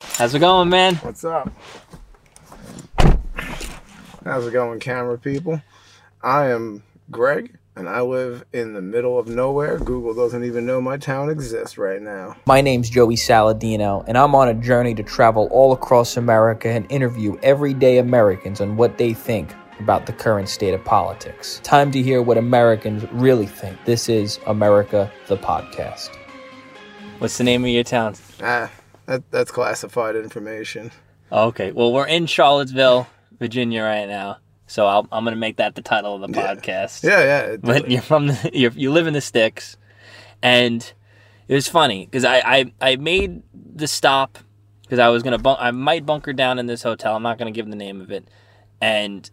How's it going, man? What's up? How's it going, camera people? I am Greg, and I live in the middle of nowhere. Google doesn't even know my town exists right now. My name's Joey Saladino, and I'm on a journey to travel all across America and interview everyday Americans on what they think about the current state of politics. Time to hear what Americans really think. This is America the Podcast. What's the name of your town? Ah, that, that's classified information. Okay, well, we're in Charlottesville, Virginia right now, so I'll, I'm going to make that the title of the Yeah. podcast. Yeah, yeah. it- But you're from the, you're, you live in the sticks, and it was funny because I, I I made the stop because I was gonna bunk, I might bunker down in this hotel. I'm not gonna give the name of it, and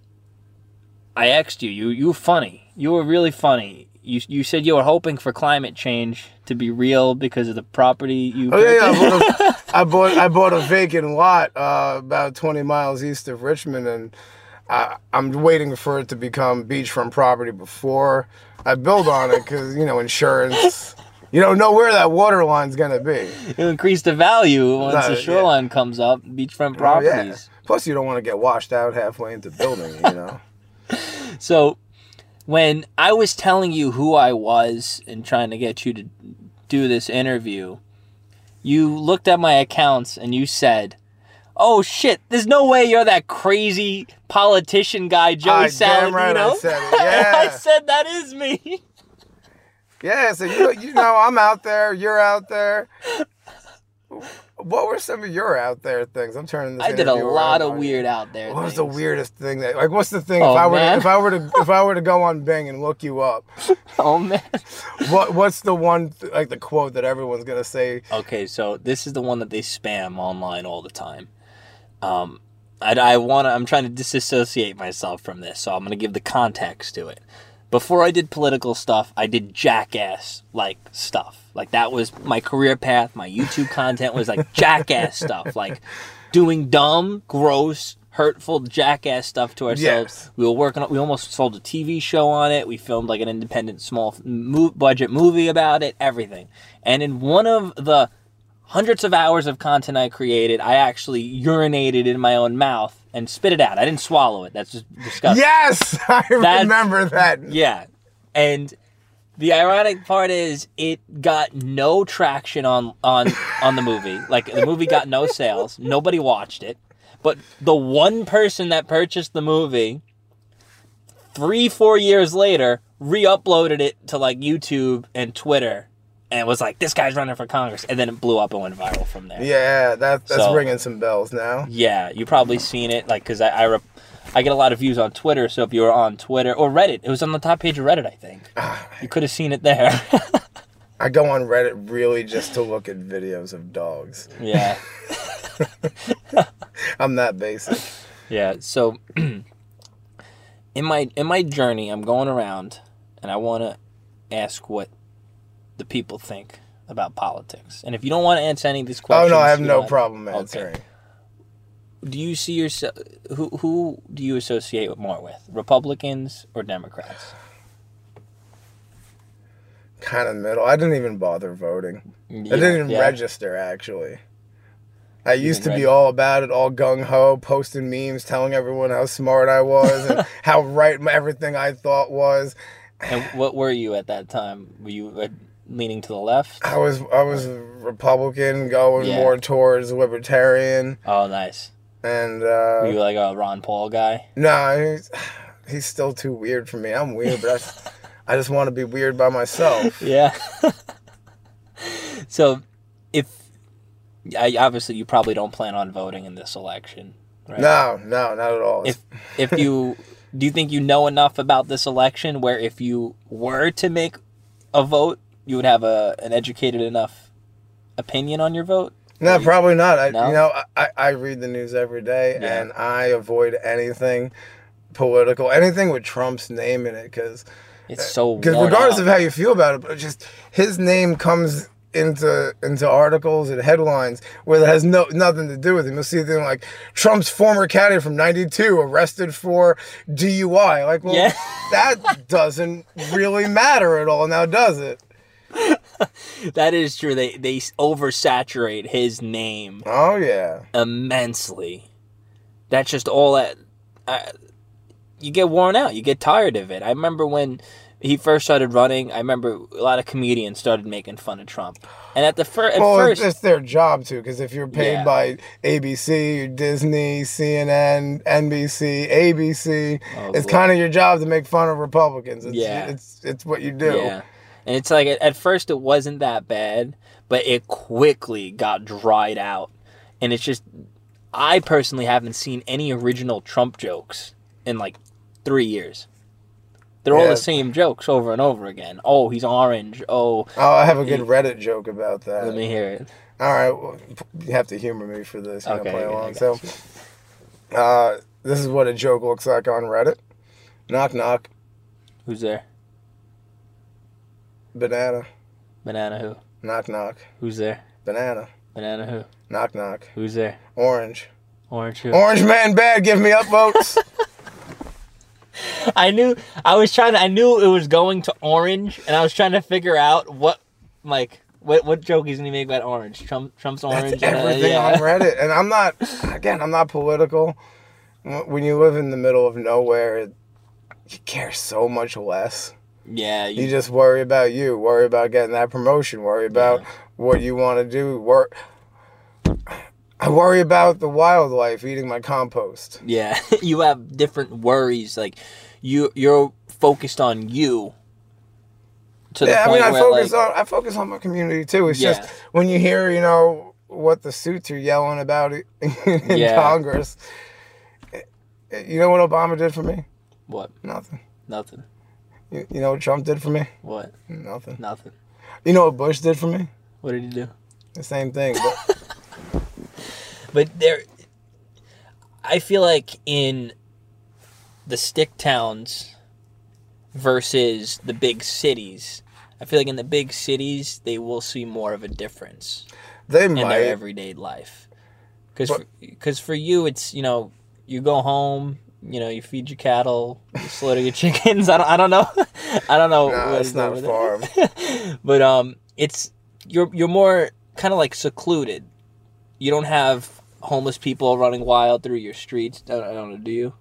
I asked you. You you were funny. You were really funny. You you said you were hoping for climate change to be real because of the property you. Oh yeah, yeah. purchased. I bought a, I bought I bought a vacant lot uh, about 20 miles east of Richmond, and I, I'm waiting for it to become beachfront property before I build on it because you know insurance. You don't know where that water line's gonna be. Oh, You increase the value once No, the yeah. shoreline comes up. Beachfront Oh, yeah. properties. Plus, you don't want to get washed out halfway into building. You know. So when I was telling you who I was and trying to get you to do this interview, you looked at my accounts and you said, "Oh shit, there's no way you're that crazy politician guy, Joey I damn right I Saladino." said it. And I Yeah. said that is me. Yeah, so you you know I'm out there, you're out there. What were some of your out there things? I'm turning this. I did a interview lot around of on you. weird out there. What was the things. weirdest thing that like what's the thing Oh, if I were man. to, if I were to if I were to go on Bing and look you up, Oh man. what what's the one th- like the quote that everyone's gonna say? Okay, so this is the one that they spam online all the time. Um, I, I want to. I'm trying to disassociate myself from this, so I'm gonna give the context to it. Before I did political stuff, I did jackass like stuff. Like that was my career path. My YouTube content was like jackass stuff, like doing dumb, gross, hurtful jackass stuff to ourselves. Yes. We were working. on We almost sold a TV show on it. We filmed like an independent, small mo- budget movie about it. Everything. And in one of the hundreds of hours of content I created, I actually urinated in my own mouth and spit it out. I didn't swallow it. That's just disgusting. Yes, I That's- remember that. Yeah. And the ironic part is it got no traction on on on the movie. Like the movie got no sales. Nobody watched it. But the one person that purchased the movie 3 4 years later re-uploaded it to like YouTube and Twitter and was like this guy's running for Congress and then it blew up and went viral from there. Yeah, that that's So- ringing some bells now. Yeah, you probably seen it, like, because I I, rep- I get a lot of views on Twitter. So if you were on Twitter or Reddit, it was on the top page of Reddit, I think. Ah, you could have seen it there. I go on Reddit really just to look at videos of dogs. yeah, I'm that basic. yeah. So in my in my journey, I'm going around, and I want to ask what the people think about politics. And if you don't want to answer any of these Oh questions, no, I have you no don't- problem Okay. answering. Do you see yourself? Who who do you associate more with? Republicans or Democrats? Kind of middle. I didn't even bother voting. I didn't even register actually. I used to didn't be reg- all about it, all gung ho, posting memes, telling everyone how smart I was and how right my- everything I thought was. And what were you at that time? Were you uh, leaning to the left? I was I was Republican, going Yeah. more towards libertarian, Oh, nice. and Were uh, you like a Ron Paul guy? no, he's, he's still too weird for me. I'm weird, but I, s- I just want to be weird by myself. Yeah. so, if I obviously you probably don't plan on voting in this election, right? No, no, not at all. If if you do you think you know enough about this election where if you were to make a vote, you would have a an educated enough opinion on your vote? No, probably not. I, No? You know, I- I, I read the news every day Yeah. and I avoid anything political, anything with Trump's name in it, because It's so because worn regardless out. of how you feel about it, but it's just his name comes into into articles and headlines where it has no nothing to do with him. You'll see things like Trump's former candidate from '92 arrested for DUI. Like, well, Yeah. that doesn't really matter at all now, does it? that is true. They they oversaturate his name Oh yeah. immensely. That's just all that. I, you get worn out. You get tired of it. I remember when he first started running. I remember a lot of comedians started making fun of Trump. And at the fir- at Well, first, it's, it's their job too, because if you're paid Yeah. by ABC, Disney, CNN, NBC, ABC, Oh, it's boy. kind of your job to make fun of Republicans. It's, Yeah. it's it's what you do. Yeah. And it's like at, at first it wasn't that bad, but it quickly got dried out. And it's just I personally haven't seen any original Trump jokes in like 3 years. They're all Yeah. the same jokes over and over again. Oh, he's orange. Oh, Oh, I have a good Reddit joke about that. let me hear it. All right, well, you have to humor me for this. You know, Okay, play yeah, I along. got So, uh, this is what a joke looks like on Reddit. Knock knock, Who's there? banana. Banana who? Knock knock, Who's there? banana. Banana who? Knock knock, Who's there? orange. Orange who? Orange man bad, give me up votes. I knew I was trying to I knew it was going to orange and I was trying to figure out what like what what joke he's gonna make about orange. Trump Trump's orange. uh, everything yeah. on Reddit. And I'm not, again, I'm not political. Wh- When you live in the middle of nowhere, it, you care so much less. Yeah, you, You just worry about you, worry about getting that promotion, worry about what you want to do. Work. I worry about the wildlife eating my compost. yeah. you have different worries. Like you you're focused on you to the Yeah, I mean, point I where focus like, on I focus on my community too. It's Yeah. just when you hear, you know, what the suits are yelling about it in Yeah. Congress. eh, You know what Obama did for me? what? Nothing. Nothing. You, you know what Trump did for me? What? Nothing. Nothing. You know what Bush did for me? What did he do? The same thing. But But there, I feel like in the stick towns versus the big cities, I feel like in the big cities they will see more of a difference they in might. their everyday life. Because because for you it's you know you go home. You know, you feed your cattle, you slaughter your chickens. I don't, I don't know. I don't know. Nah, what it's is not over a there. farm. but um, it's you're you're more kind of like secluded. You don't have homeless people running wild through your streets. I don't, I don't know. Do you?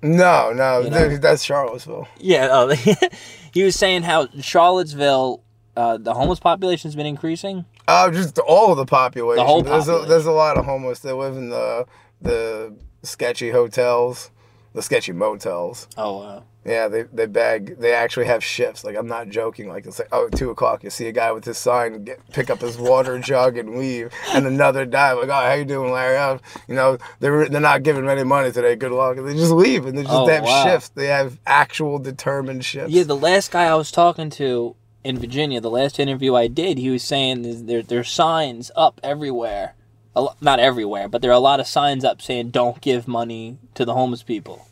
no, no, You know? th- that's Charlottesville. Yeah. Oh, he was saying how Charlottesville, uh, the homeless population has been increasing. Uh, just all of the population. The whole there's, A, population. there's a lot of homeless that live in the the sketchy hotels, the sketchy motels. Oh, wow. Yeah, they, they bag. They actually have shifts. Like I'm not joking. Like it's like oh, at two o'clock, you see a guy with his sign, get, pick up his water jug and leave, and another guy like, oh, how you doing, Larry? Oh, you know, they're they're not giving many money today. Good luck. And they just leave, and they just Oh, they have wow. shifts. They have actual determined shifts. yeah. The last guy I was talking to in Virginia, the last interview I did, he was saying there's- there there's signs up everywhere. A lo- not everywhere, but there are a lot of signs up saying "Don't give money to the homeless people."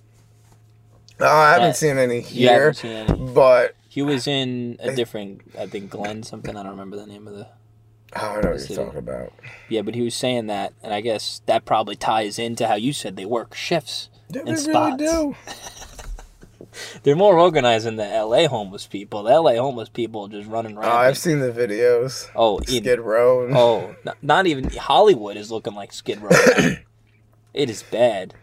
oh, I haven't that- seen any You here, haven't seen any. but He was in a different, I think Glenn something. I don't remember the name of the. oh, I know what see that. you're talking about. Yeah, but he was saying that, and I guess that probably ties into how you said they work shifts. Yeah, And spots. do. They're more organized than the L.A. homeless people. The L.A. homeless people just running Oh, I've rampant. seen the videos. Oh, in- Skid Row. and- oh, n- not even Hollywood is looking like Skid Row. now. it is bad.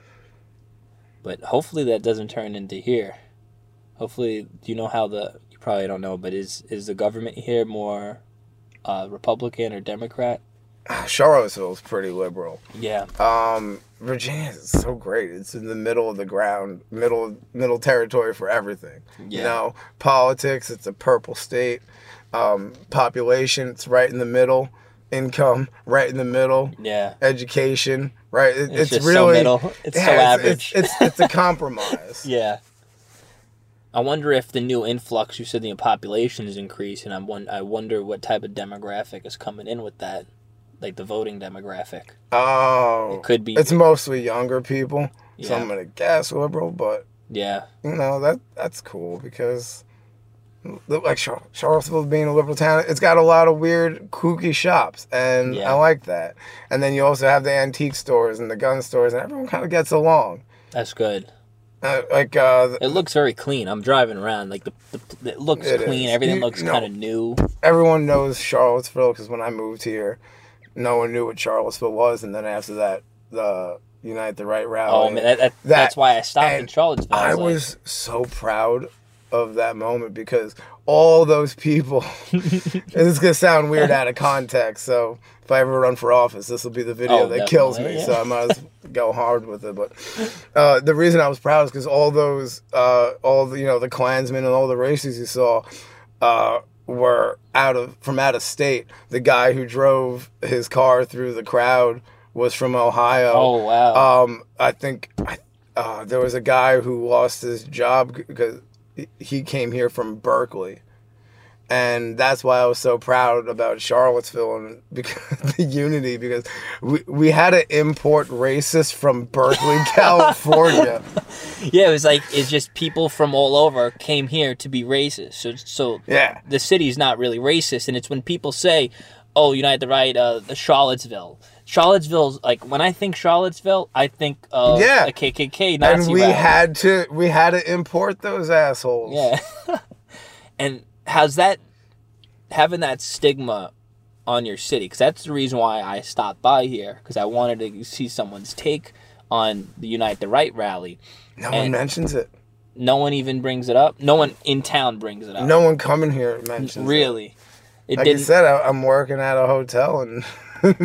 But hopefully that doesn't turn into here. Hopefully, do you know how the? You probably don't know, but is is the government here more uh, Republican or Democrat? Charlottesville's pretty liberal. Yeah. Um, Virginia is so great. It's in the middle of the ground, middle middle territory for everything. You Yeah. know, politics. It's a purple state. Um, population. It's right in the middle. Income. Right in the middle. Yeah. Education. Right. It- It's, it's just really. so middle. It's so yeah, average. It's, it's, it's a compromise. yeah. I wonder if the new influx you said the population is increasing. I'm one. I wonder what type of demographic is coming in with that, like the voting demographic. Oh. It could be. It's mostly younger people. So Yeah. I'm gonna guess liberal, but yeah. you know that that's cool because like Char- Charlottesville being a liberal town, it's got a lot of weird kooky shops, and Yeah. I like that. And then you also have the antique stores and the gun stores, and everyone kind of gets along. That's good. Uh, like uh, It looks very clean. I'm driving around like the, the it looks It clean. is. Everything You- looks no. kind of new. everyone knows Charlottesville because when I moved here, no one knew what Charlottesville was, and then after that, the Unite the Right rally. Oh, man, that, that, that's why I stopped in and Charlottesville. I like, was so proud of that moment because all those people. this is gonna sound weird out of context, so if I ever run for office, this will be the video Oh, that kills me. definitely, So yeah. I might as well go hard with it. But uh, the reason I was proud is because all those, uh, all the, you know, the Klansmen and all the races you saw. Uh, were out of from out of state. The guy who drove his car through the crowd was from Ohio. oh wow. Um, I think I, uh, there was a guy who lost his job because he came here from Berkeley, and that's why I was so proud about Charlottesville and because the unity because we we had to import racists from Berkeley, California. yeah, it was like it's just people from all over came here to be racist. So so Yeah. the city's not really racist, and it's when people say, "Oh, Unite the Right," uh, the Charlottesville. Charlottesville's like when I think Charlottesville, I think of Yeah. a KKK Nazi And we rally. had to we had to import those assholes. Yeah. and how's that having that stigma on your city? Because that's the reason why I stopped by here because I wanted to see someone's take on the Unite the Right rally. No And- one mentions it. No one even brings it up. No one in town brings it up. No one coming here mentions it. uh, really. It Like didn't. you said, I, I'm working at a hotel and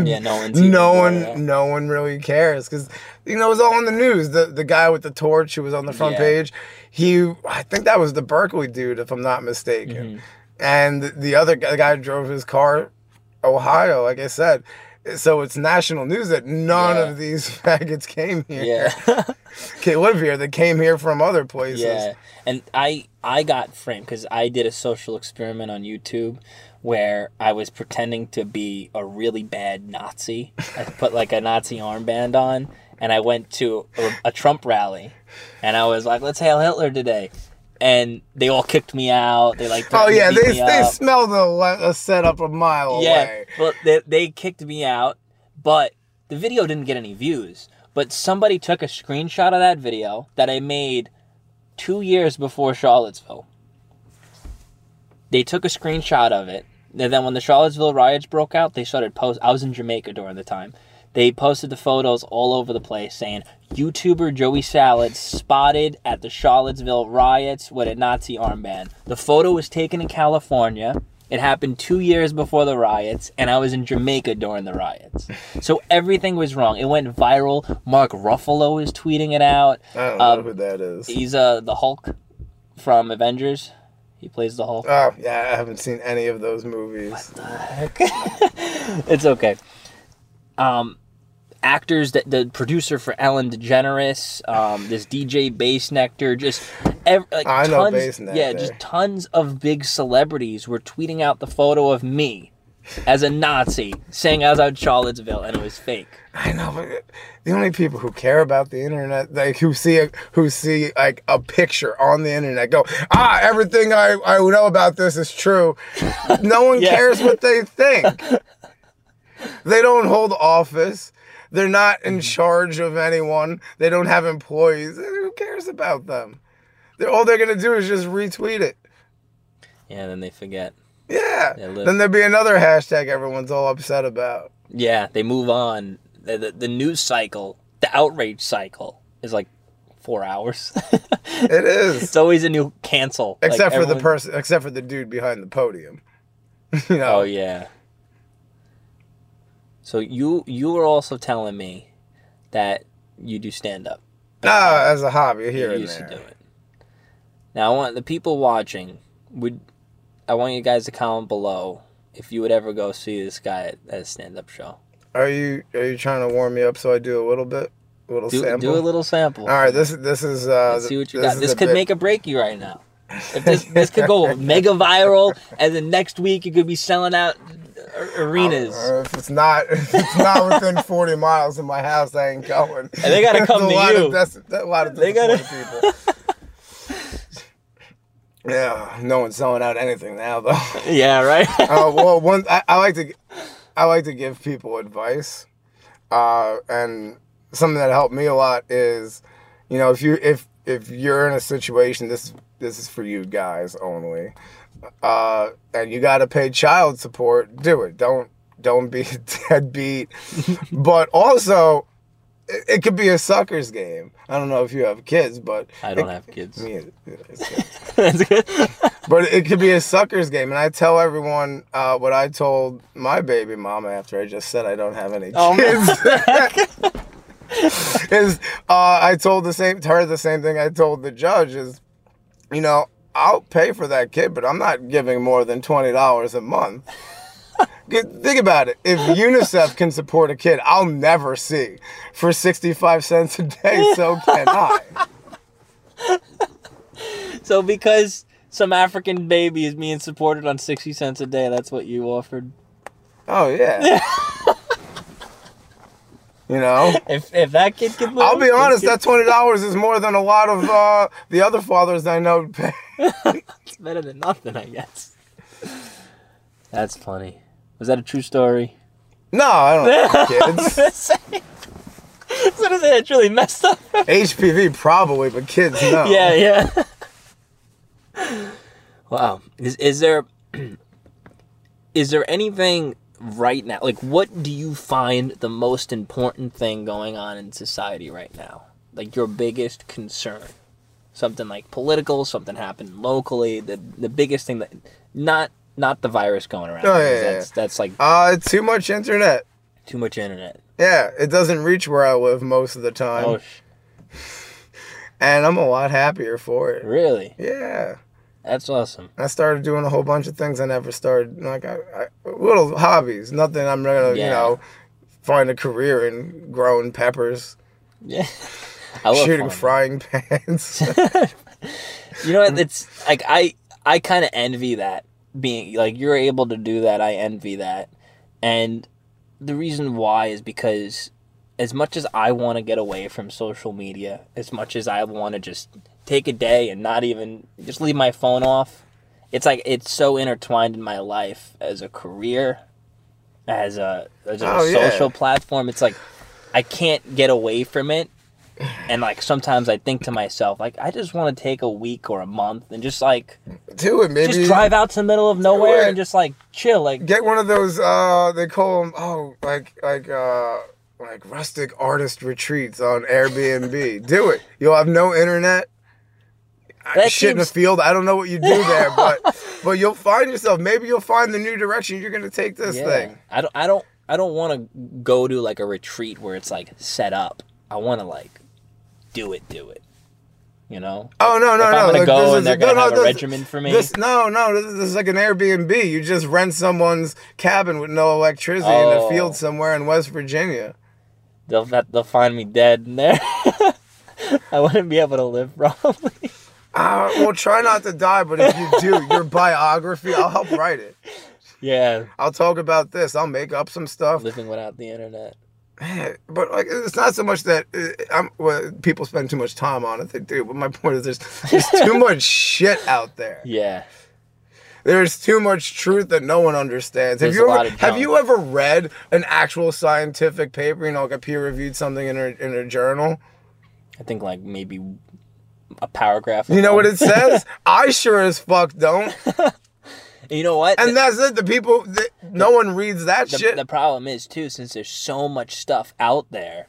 yeah, no one's. even no brought one it up. no one really cares because you know it was all on the news the the guy with the torch who was on the front Yeah. page he i think that was the berkeley dude if i'm not Mm-hmm. mistaken and the other guy, the guy who drove his car ohio like i said so it's national news that none Yeah. of these faggots came here Yeah. can't live here they came here from other places Yeah, and I I got framed because I did a social experiment on YouTube where I was pretending to be a really bad Nazi. I put like a Nazi armband on, and I went to a, a Trump rally, and I was like, "Let's hail Hitler today," and they all kicked me out. They like oh threatened to yeah beat they, me they up. smelled a, le- a setup a mile yeah, away well they they kicked me out, but the video didn't get any views. But somebody took a screenshot of that video that I made two years before Charlottesville. They took a screenshot of it. And then when the Charlottesville riots broke out, they started post. I was in Jamaica during the time. They posted the photos all over the place saying YouTuber Joey Salads spotted at the Charlottesville riots with a Nazi armband. The photo was taken in California. It happened two years before the riots, and I was in Jamaica during the riots. So everything was wrong. It went viral. Mark Ruffalo is tweeting it out. i don't Um, know who that is He's uh the Hulk from Avengers. He plays the Hulk. oh yeah i haven't seen any of those movies It's okay. Um, actors that the producer for Ellen DeGeneres, um, this DJ Bass Nectar, just ev- like I know tons, Bass yeah, Nectar. just tons of big celebrities were tweeting out the photo of me as a Nazi saying I was out in Charlottesville and it was fake. I know, but the only people who care about the internet, like who see a, who see like a picture on the internet, go ah, everything I I know about this is true. No one Yeah. cares what they think. they don't hold office. They're not in charge of anyone. They don't have employees. Who cares about them? They're, all they're gonna do is just retweet it. Yeah, then they forget. Yeah. Yeah, look. then there'd be another hashtag everyone's all upset about. Yeah, they move on. The, the, the news cycle, the outrage cycle, is like four hours. It is. It's always a new cancel. Like, except for the everyone- person except for the dude behind the podium you know Oh yeah. So you you were also telling me that you do stand up. nah, as a hobby here You and used there to do it. Now I want the people watching would I want you guys to comment below if you would ever go see this guy at, at a stand up show. are you are you trying to warm me up so i do a little bit a little Do, sample do a little sample. all right this this is uh Let's see what you got. this is This a could bit- make or break you right now. If this this could go mega viral, and then next week you could be selling out a- arenas. Uh, if it's not if it's not within 40 miles of my house i ain't going they gotta There's come a to lot you. of, that's a lot of They they gotta- gotta people yeah no one's selling out anything now though Yeah, right. uh, well, one I, I like to, I like to give people advice, uh, and something that helped me a lot is, you know, if you if if you're in a situation this this is for you guys only uh and you got to pay child support do it don't don't be a deadbeat but also it, it could be a sucker's game i don't know if you have kids but I don't have kids. yeah, it's- That's good. but it could be a sucker's game and i tell everyone uh, what i told my baby mama after i just said i don't have any Oh, man. kids is uh, I told the same her the same thing I told the judge is, you know, I'll pay for that kid, but I'm not giving more than twenty dollars a month. Good- Think about it. If UNICEF can support a kid, I'll never see for sixty-five cents a day. So can I? So because some African baby is being supported on sixty cents a day, that's what you offered. Oh yeah. You know, If if that kid could, move, I'll be this honest. kid- That twenty dollars is more than a lot of uh, the other fathers I know pay. It's better than nothing, I guess. That's funny. Was that a true story? No, I don't have kids. so does it really messed up? HPV probably, but kids no. Yeah, yeah. wow. Is is there is there anything right now? Like what do you find the most important thing going on in society right now? Like your biggest concern? Something like political, something happened locally, the the biggest thing that not not the virus going around. Oh, yeah, because yeah, that's that's like Uh, too much internet. too much internet. Yeah, it doesn't reach where I live most of the time, oh, sh- and I'm a lot happier for it. really? Yeah, That's awesome. I started doing a whole bunch of things I never started. Like I, I, little hobbies, nothing I'm gonna, Yeah. you know, find a career in growing peppers, Yeah. I love shooting farming. frying pans. You know what? It's like I I kind of envy that being like you're able to do that. I envy that, and the reason why is because as much as I want to get away from social media, as much as I want to just take a day and not even just leave my phone off, it's like it's so intertwined in my life as a career, as a as a Oh, yeah. social platform. It's like I can't get away from it and like sometimes I think to myself, like I just want to take a week or a month and just like Do it, maybe. just drive out to the middle of nowhere and just like chill, like Get one of those. Uh, they call them. Oh, like like uh, like rustic artist retreats on Airbnb. do it. You'll have no internet. I- That shit in the seems- field. I don't know what you do there, but but you'll find yourself. Maybe you'll find the new direction you're gonna take this yeah. thing. I don't, I don't, I don't want to go to like a retreat where it's like set up. I want to like do it, do it. You know, Oh no no if no! I'm gonna like, go this and is- they're no, gonna no, have a this- regimen for me. This no no this, this is like an Airbnb. You just rent someone's cabin with no electricity in Oh. a field somewhere in West Virginia. they'll they'll find me dead in there. I wouldn't be able to live probably. Uh, well, try not to die, but if you do, your biography, I'll help write it. yeah, I'll talk about this. I'll make up some stuff. living without the internet. Man, but like, it's not so much that uh, I'm, well, people spend too much time on it. They do. But my point is, there's, there's too much shit out there. Yeah, There's too much truth that no one understands. There's have you a ever, lot of have junk. you ever read an actual scientific paper? You know, like a peer reviewed something in a in a journal. I think like maybe a paragraph. You know what it says? I sure as fuck don't. You know what? And that's it. The people, the, no one reads that the, shit. the problem is too since there's so much stuff out there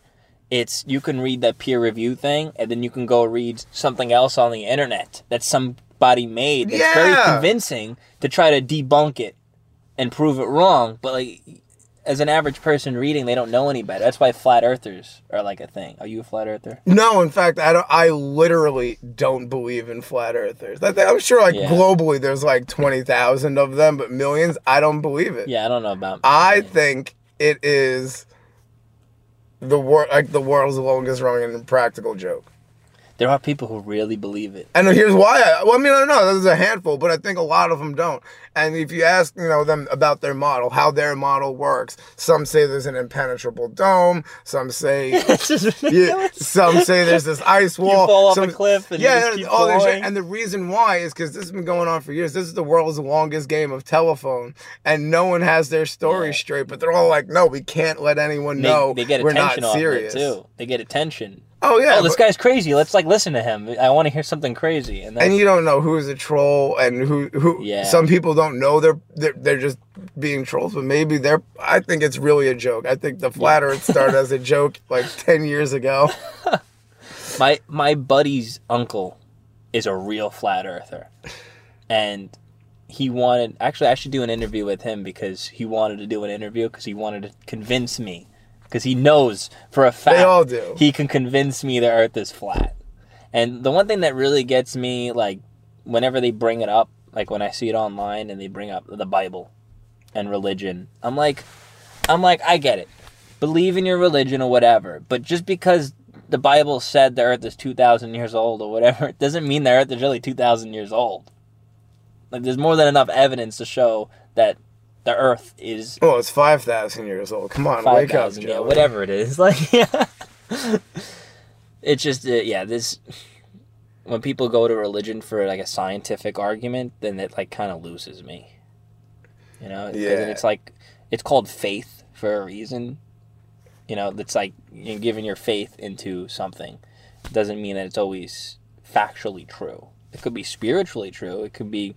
it's you can read that peer review thing and then you can go read something else on the internet that somebody made that's very Yeah. convincing to try to debunk it and prove it wrong but like as an average person reading they don't know any better that's why flat earthers are like a thing are you a flat earther No, in fact, I don't. I literally don't believe in flat earthers. I think, I'm sure, like Yeah. globally, there's like twenty thousand of them, but millions. I don't believe it. yeah i don't know about I think it is the wor- like the world's longest running practical joke. there are people who really believe it And here's why. I, well, I mean, I don't know. There's a handful, but I think a lot of them don't. And if you ask, you know, them about their model, how their model works, some say there's an impenetrable dome. Some say it's just yeah. ridiculous Some say there's this ice wall. fall off some- a cliff and you yeah, just keep all this falling. shit. And the reason why is because this has been going on for years. This is the world's longest game of telephone, and no one has their story Yeah. straight. But they're all like, "No, we can't let anyone know they, they get we're not attention off serious." it too they get attention Oh yeah, oh, this but- guy's crazy. Let's like listen to him. I want to hear something crazy. And then and you don't know who's a troll and who who. Yeah. Some people don't know they're, they're they're just being trolls, but maybe they're. I think it's really a joke. I think the flat Earth started as a joke like ten years ago. my my buddy's uncle is a real flat earther, and he wanted actually I should do an interview with him because he wanted to do an interview because he wanted to convince me because he knows for a fact all do. he can convince me the Earth is flat. And the one thing that really gets me like whenever they bring it up, like when I see it online and they bring up the Bible and religion, I'm like, I'm like, I get it. Believe in your religion or whatever, but just because the Bible said the Earth is two thousand years old or whatever, it doesn't mean the Earth is really two thousand years old. Like, there's more than enough evidence to show that the Earth is Well, it's five thousand years old. Come on, five wake up, thousand, Joe. yeah, whatever it is. Like, yeah, it's just, uh, yeah, this. When people go to religion for like a scientific argument, then it like kind of loses me. You know, 'Cause Yeah. it's like it's called faith for a reason. You know, it's like you're giving your faith into something doesn't mean that it's always factually true. It could be spiritually true. It could be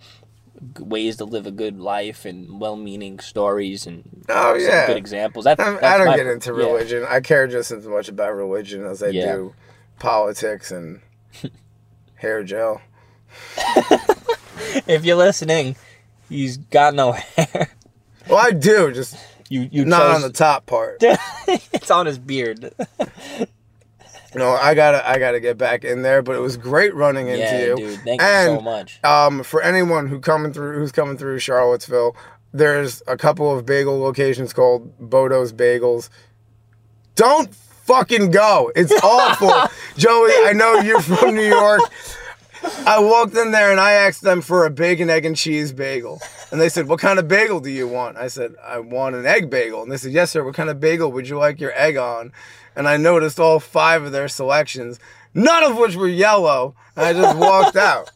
g- ways to live a good life and well-meaning stories and Oh, some yeah. good examples. That's, I'm, I that's don't my- get into yeah. religion. I care just as much about religion as I Yeah. do politics and hair gel. If you're listening, he's got no hair. Well, I do, just You you not on chose the top part. it's on his beard. No, I gotta, I gotta get back in there. But it was great running into yeah, you. dude. Thank and, you so much. Um, for anyone who coming through, who's coming through Charlottesville, there's a couple of bagel locations called Bodo's Bagels. Don't fucking go. It's awful, Joey. I know you're from New York. I walked in there and I asked them for a bacon, egg, and cheese bagel. And they said, What kind of bagel do you want? I said, I want an egg bagel. And they said, Yes, sir. What kind of bagel would you like your egg on? And I noticed all five of their selections, none of which were yellow. And I just walked out.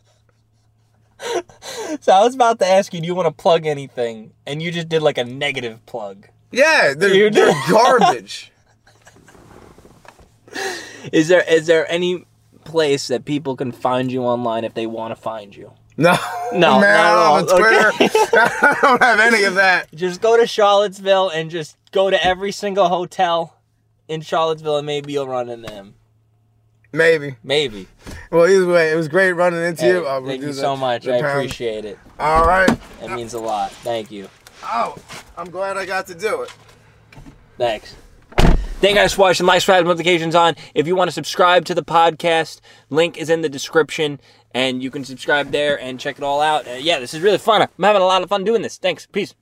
So I was about to ask you, do you want to plug anything? And you just did like a negative plug. Yeah, they're, You they're did. garbage. Is there is there any place that people can find you online if they want to find you? No, No, man, not at I don't all. have a Twitter. I don't have any of that. Just go to Charlottesville and just go to every single hotel in Charlottesville and maybe you'll run into them. Maybe. Maybe. Well, either way, it was great running into Hey, you. Uh, we'll thank do you the- so much. the I pound. appreciate it. All right. It means a lot. Thank you. Oh, I'm glad I got to do it. Thanks. Thank you guys for watching. Like, subscribe, notifications on. If you want to subscribe to the podcast, link is in the description, and you can subscribe there and check it all out. Uh, yeah, this is really fun. I'm having a lot of fun doing this. Thanks. Peace.